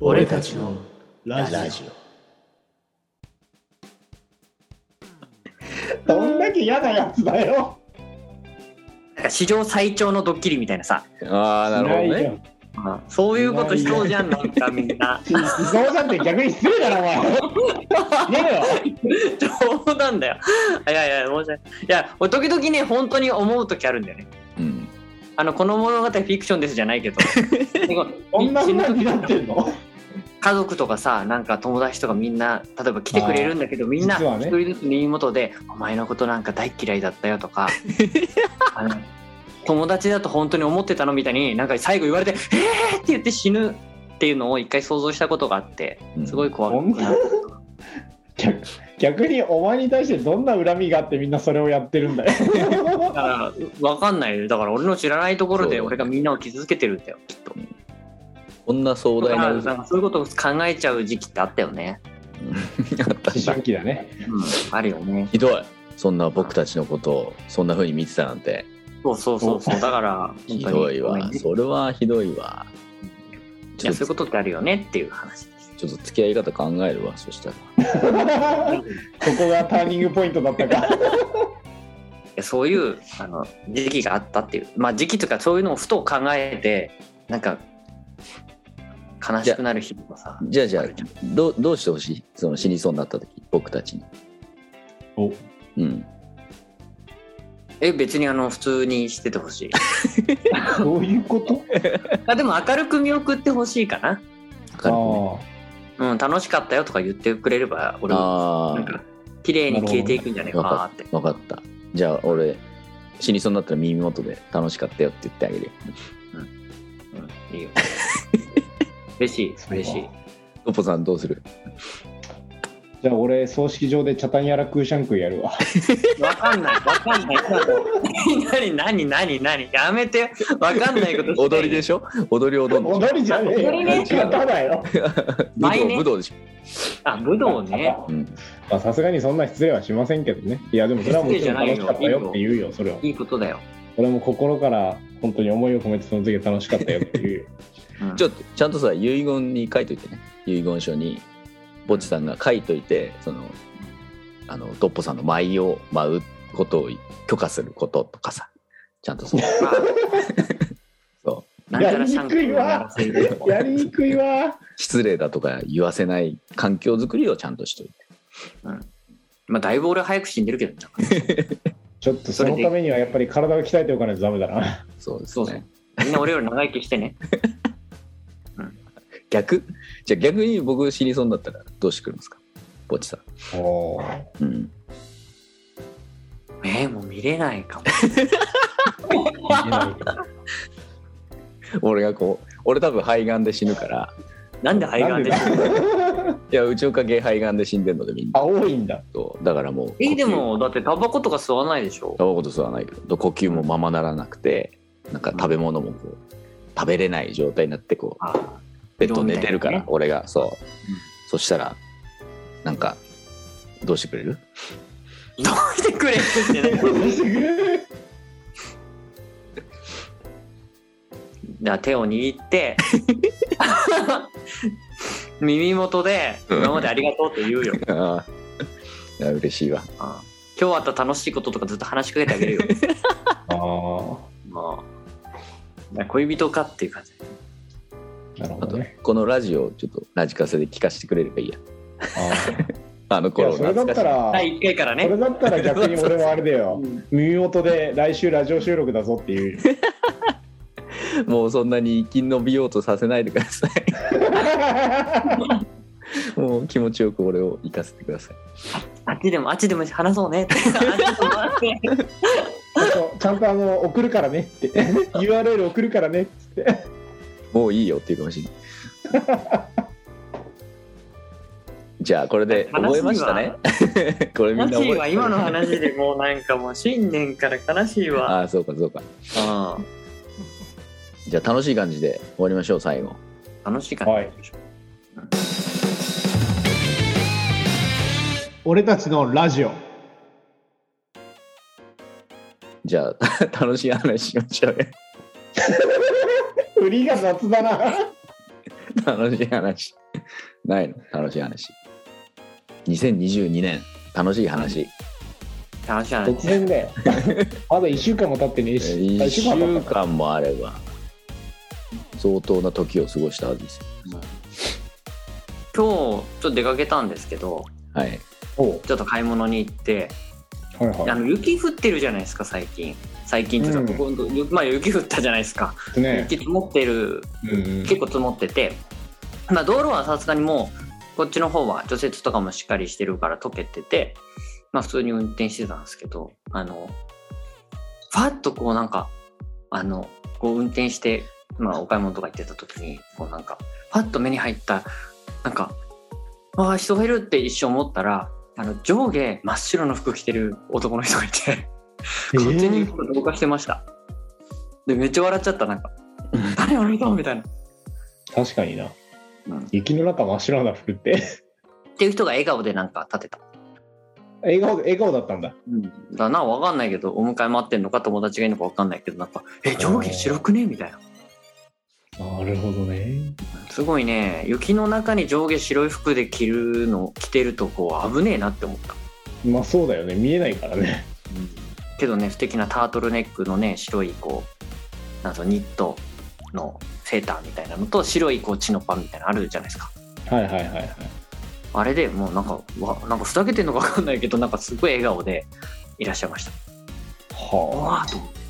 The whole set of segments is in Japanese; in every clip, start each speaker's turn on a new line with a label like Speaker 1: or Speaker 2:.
Speaker 1: 俺たちのラジオ。どんだけ嫌なやつだよ。
Speaker 2: なんか史上最長のドッキリみたいなさ、
Speaker 3: ああ、なるほど
Speaker 1: ない
Speaker 3: ね。
Speaker 1: よ
Speaker 2: そういうことしそうじゃん、なんかみ んな。
Speaker 1: ししそうじゃんって逆に失礼だな、お前。やめろよ。
Speaker 2: 冗談だよ。いやいや、申し訳ない。いや、俺時々ね、本当に思う時あるんだよね。
Speaker 3: うん。
Speaker 2: あの、この物語フィクションですじゃな いけど。
Speaker 1: こんなふ
Speaker 2: 死ぬ
Speaker 1: う
Speaker 2: 時
Speaker 1: になってんの
Speaker 2: 家族とかさなんか友達とかみんな例えば来てくれるんだけどみんな
Speaker 1: 実は
Speaker 2: 一
Speaker 1: ね
Speaker 2: 人ずつ耳元で、お前のことなんか大っ嫌いだったよ」とかあの友達だと本当に思ってたの?」みたいになんか最後言われて「えー!」って言って死ぬっていうのを一回想像したことがあってすごい怖
Speaker 1: うん
Speaker 2: くなる、
Speaker 1: 逆逆にお前に対してどんな恨みがあってみんなそれをやってるんだよ。
Speaker 2: だから分かんないよだから俺の知らないところ
Speaker 3: そう
Speaker 2: で
Speaker 3: だね
Speaker 2: 俺がみんなを傷つけてるんだよきっと
Speaker 3: こんな壮
Speaker 2: だ
Speaker 3: 大
Speaker 2: から
Speaker 3: な。
Speaker 2: なんかそういうことを考えちゃう時期ってあったよね、
Speaker 1: 思春期だね。
Speaker 2: うん、あるよね
Speaker 3: ひどい。そんな僕たちのことをそんな風に見てたなんて
Speaker 2: そうそうそうそうだから
Speaker 3: ひどい
Speaker 2: ごめん
Speaker 3: わ。
Speaker 2: ね
Speaker 3: それはひどいわ。
Speaker 2: い
Speaker 3: ちょ
Speaker 2: や
Speaker 3: っ
Speaker 2: そうい
Speaker 3: と
Speaker 2: うことってあるよねっていう話です。
Speaker 3: ちょっと付き合い方考えるわ。そしたら。
Speaker 1: ここがターニングポイントだったか。
Speaker 2: いやそういうあの時期があったっていう、まあ、時期とかそういうのをふと考えてなんか悲しくなる日もさ
Speaker 3: じゃあじゃあどうどうしてほしい？その死にそうになった時僕たちに。
Speaker 1: お
Speaker 3: うん。
Speaker 2: え別にあの普通にしてて ほしい
Speaker 1: どういうこと
Speaker 2: あでも明るく見送ってほしいかな、
Speaker 3: 明るくね
Speaker 2: うん、楽しかったよとか言ってくれれば俺も
Speaker 3: あ
Speaker 2: なん
Speaker 3: あ
Speaker 2: か綺麗に消えていくんじゃねえか
Speaker 3: なるほど
Speaker 2: なって
Speaker 3: 分かった。じゃあ俺死にそうになったら耳元で楽しかったよって言ってあげるよ。
Speaker 2: うんいいよ嬉しい嬉しい
Speaker 3: トポさんどうする？
Speaker 1: じゃあ俺葬式場でチャタンヤラクーシャンクーやるわ。
Speaker 2: わかんないわかんない何何何何やめてわかんないことして
Speaker 3: 踊りでしょ？踊り踊るんでしょ。
Speaker 1: 踊りじゃねえよ。
Speaker 2: 踊りね
Speaker 1: チャタだよ。
Speaker 3: 武
Speaker 2: 毎
Speaker 3: 道
Speaker 2: 年
Speaker 3: 武道でしょ。
Speaker 2: あ武道ね
Speaker 3: うん。
Speaker 1: まあさすがにそんな失礼はしませんけどね。いやでもそれはもちろん楽しかったよって言うよ、それはい
Speaker 2: いことだよ、
Speaker 1: 俺も心から本当に思いを込めてその時は楽しかったよっていう。
Speaker 2: うん
Speaker 3: ちょっとちゃんとさ遺言に書いといてね。遺言書にぼっちさんが書いといてそのあのトッポさんの舞を舞うことを許可することとかさ。ちゃんと そう。
Speaker 2: まあ
Speaker 3: そう
Speaker 2: なんちゃらシャンクーをやらせる
Speaker 1: やりにくいわ。
Speaker 3: 失礼だとか言わせない環境づくりをちゃんとしといて
Speaker 2: まあだいぶ俺早く死んでるけどな
Speaker 1: ちょっとそのためにはやっぱり体を鍛えておかないとダメだな。
Speaker 3: そうです
Speaker 2: そ
Speaker 3: ね
Speaker 2: うそうみんな俺より長生きしてね
Speaker 3: 逆じゃあ逆に僕死にそうになったらどうしてくるんですかぼっちさ
Speaker 1: おー
Speaker 3: ん、うん、
Speaker 2: えー、もう見れないかも
Speaker 1: 見えないけど
Speaker 3: 俺がこう俺多分肺がんで死ぬから
Speaker 2: なんで肺がんで
Speaker 1: なんだ
Speaker 3: いやうちの家系肺がんで死んでんのでみんな
Speaker 1: あ、多いん だ。
Speaker 3: そうだからもう
Speaker 2: えー、で
Speaker 3: 呼吸
Speaker 2: もだってタバコとか吸わないで しょ
Speaker 3: タバコと吸わないけど呼吸もままならなくてなんか食べ物もこう食べれない状態になってこう
Speaker 2: あ
Speaker 3: ベッド寝てるか
Speaker 2: 移動みたい
Speaker 3: ら
Speaker 2: なね
Speaker 3: 俺がそう、そしたらなんかどうしてくれる
Speaker 2: どうしてくれるってねだから手を握って 耳元で「今までありがとう」って言う よ
Speaker 3: ああいや嬉しいわ
Speaker 2: あ今日あった楽しいこととかずっと話しかけてあげる よ
Speaker 1: ああ。
Speaker 2: まあ恋人かっていう感じ
Speaker 1: なるほ
Speaker 3: あ
Speaker 1: ど
Speaker 3: と
Speaker 1: ね。
Speaker 3: このラジオをちょっとラジカセで聞かせてくれればいいや
Speaker 1: あー
Speaker 3: あの
Speaker 1: いや
Speaker 3: 頃
Speaker 1: それだった、
Speaker 3: 懐から
Speaker 2: 第1回から
Speaker 1: そ
Speaker 2: ね
Speaker 1: れだったら逆に俺はあれだよ。耳元で来週ラジオ収録だぞって いう。
Speaker 3: しいもうそんなに生き延びようとさせないでくださいもう気持ちよく俺を生かせてください
Speaker 2: あっちでもあっちでも話そうねって
Speaker 1: そうちゃんとあの送るからねって URL 送るからねっつって
Speaker 3: もういいよっていうかもしれない じゃあこれで覚えました ねこれみんな
Speaker 2: 悲
Speaker 3: 覚
Speaker 2: しい
Speaker 3: え
Speaker 2: わ今の話でもうなんかもう新年から悲しいわ
Speaker 3: ああそうかそうか
Speaker 2: あ
Speaker 3: じゃあ楽しい感じで終わりましょう最後
Speaker 2: 楽しいから、
Speaker 1: はい俺たちのラジオ
Speaker 3: じゃあ楽しい話しましょうよ
Speaker 1: 売りが雑だな
Speaker 3: 楽しい話。ないの楽しい話。2022年、楽しい話。
Speaker 2: 楽しい話
Speaker 1: 突然だよまだ1週間も経ってねえし
Speaker 3: 1
Speaker 1: あ一経
Speaker 3: 週
Speaker 1: ったか
Speaker 3: 間もあれば、相当な時を過ごしたはずです。
Speaker 2: 今日ちょっと出かけたんですけど
Speaker 3: はい。
Speaker 1: おう
Speaker 2: ちょっと買い物に行って
Speaker 1: はい
Speaker 2: あ
Speaker 1: は
Speaker 2: の雪降ってるじゃないですか最近最近っていうか、ここまあ雪降ったじゃないですか、
Speaker 1: いね
Speaker 2: 雪積もってる
Speaker 1: うん
Speaker 2: 結構積もってて、まあ、道路はさすがにもうこっちの方は除雪とかもしっかりしてるから溶けてて、まあ、普通に運転してたんですけどあのファッとこうなんかあのこう運転して、まあ、お買い物とか行ってた時にこうなんかファッと目に入ったなんかああ人がいるって一瞬思ったらあの上下真っ白の服着てる男の人がいて
Speaker 1: え
Speaker 2: 完全に
Speaker 1: ー
Speaker 2: 動かしてました。でめっちゃ笑っちゃったなんか「誰あの人?」みたいな。
Speaker 1: 確かにな
Speaker 2: うん
Speaker 1: 雪の中真っ白な服って
Speaker 2: っていう人が笑顔でなんか立てた。
Speaker 1: 笑顔笑顔だったんだ
Speaker 2: だな、わかんないけど、お迎え待ってんのか友達がいるのかわかんないけど、なんか、え、上下白くねみたいな。
Speaker 1: なるほどね
Speaker 2: すごいね、雪の中に上下白い服で着るの、着てるとこう危ねえなって思った。
Speaker 1: まあそうだよね見えないからね
Speaker 2: けどね、素敵なタートルネックのね、白いこう、なんぞニットのセーターみたいなのと、白いこう、チノパンみたいなのあるじゃないですか。
Speaker 1: はいはいはいはい
Speaker 2: あれでもうなんか、わなんかふざけてんのかわかんないけど、なんかすごい笑顔でいらっしゃいました。
Speaker 1: は
Speaker 2: わあと思って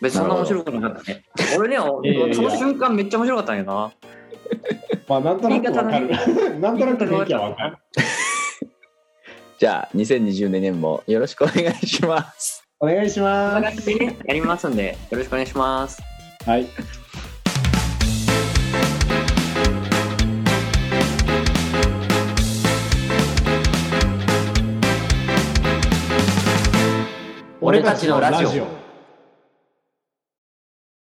Speaker 2: 別にそんな面白くなかったね。俺ね、
Speaker 1: いやいやいや
Speaker 2: その瞬間めっちゃ面白かったんよな。
Speaker 1: あまあなんとなくわかる なんとなく雰囲気はわかる
Speaker 3: じゃあ、2020年もよろしくお願いします。
Speaker 1: お願いし
Speaker 2: こん
Speaker 1: ま
Speaker 2: な感じでねやりますんで、よろしくお願いします。
Speaker 1: すはい
Speaker 2: 俺たちのラジオ。